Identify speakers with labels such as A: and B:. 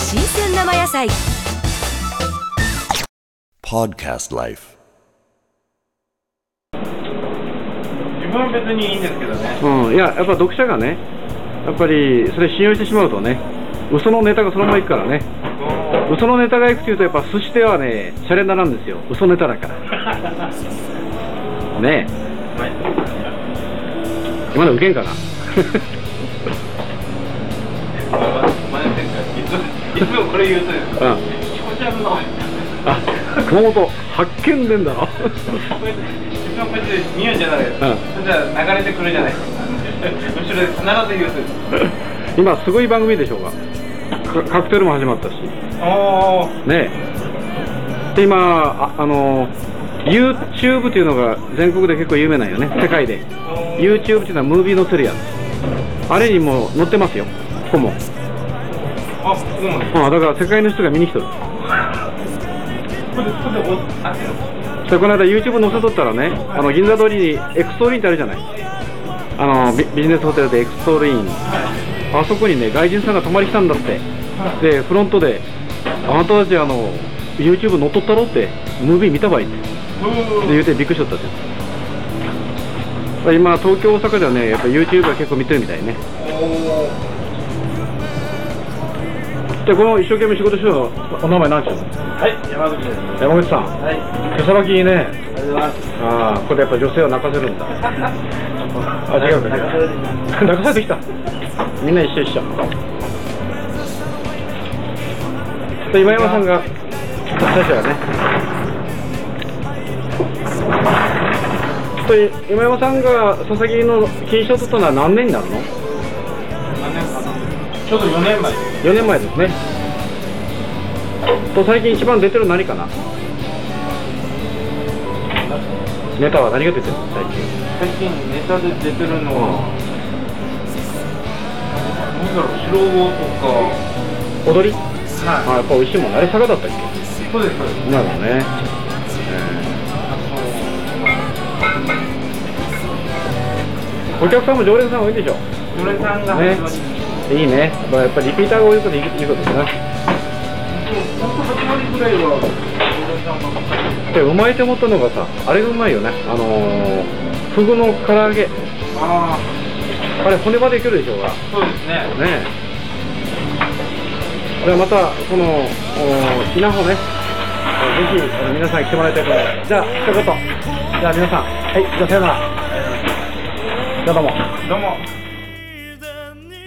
A: 生野菜
B: Podcast Life.
C: 自分は別にいいんですけどね。
D: うん、いや、やっぱ読者がね、やっぱりそれ信用してしまうとね、嘘のネタがそのままいくからね、嘘のネタがいくっていうと、やっぱ寿司ではね、シャレにならんですよ、嘘ネタだから。ねえ、今の受けんかな。
C: 前前回いついつもこれ言うとですか。
D: うん、
C: チコちゃんの。
D: あ熊本、発見でんだろ。
C: これ自分はこうやって見るじゃないですか。
D: うん
C: そしたら流れてくるじゃないですか。後ろで必ず言うとです。
D: 今、すごい番組でしょうが、かカクテルも始まったし、
C: おお。
D: ねえ。で、今、ああの、YouTube っていうのが全国で結構有名なんよね、世界で。YouTube っていうのはムービー載せるやつあれにも載ってますよここも、う
C: あ、そうなんです。
D: ん、だから世界の人が見に来とる
C: これこれおあでも
D: でこの間 YouTube 載せとったらねあの銀座通りにエクストールインってあるじゃないあのビビジネスホテルでエクストールインあそこにね外人さんが泊まり来たんだってでフロントで「あなたたちあの YouTube 載っとったろ?」って「ムービー見たばい」って
C: う
D: で
C: ー
D: 言うてびっくりしとったって今東京大阪ではねやっぱ YouTube が結構見てるみたいね
C: おー
D: でこの一生懸命仕事してるのお名前何て言うの
C: はい、山口です。
D: 山口さん
C: はい。あ
D: 手さばきいいね
C: りがとうございます。
D: ああこれやっぱ女性を泣かせるんだあ違うか違うか泣かせてきたみんな一緒一緒で今山さんが最初はねで今山さんが佐々木の金賞を取ったのは何年になるの
C: 何年かな。ちょうど4年前です。
D: 4年前ですねと最近一番出てるの何かなネタは何が出てるの最近
C: 最近ネタで出てるのは、なんだろう、白魚と
D: 踊り
C: か、
D: あやっぱ美味しいもんねあれ佐賀だったっけ
C: そうです、そうです。
D: なるほどね
C: あ
D: お客さんも常連さん多いでしょ
C: と、常連さんが始まり、
D: いいねまあやっぱリピーターが多いことでいいいいことだな
C: 本当始まりぐらいは、常連さんばっかりで。
D: でうまいと思ったのがさあれがうまいよねあのー、フグの唐揚げ
C: あ
D: あれ骨までいけるでしょうがね
C: あ、そうですね。
D: えあれはまたこのお稲穂ねあぜひあの皆さん来てもらいたいと思いますじゃあ一言じゃあ皆さんはいじゃあさよならじゃあどうも
C: どう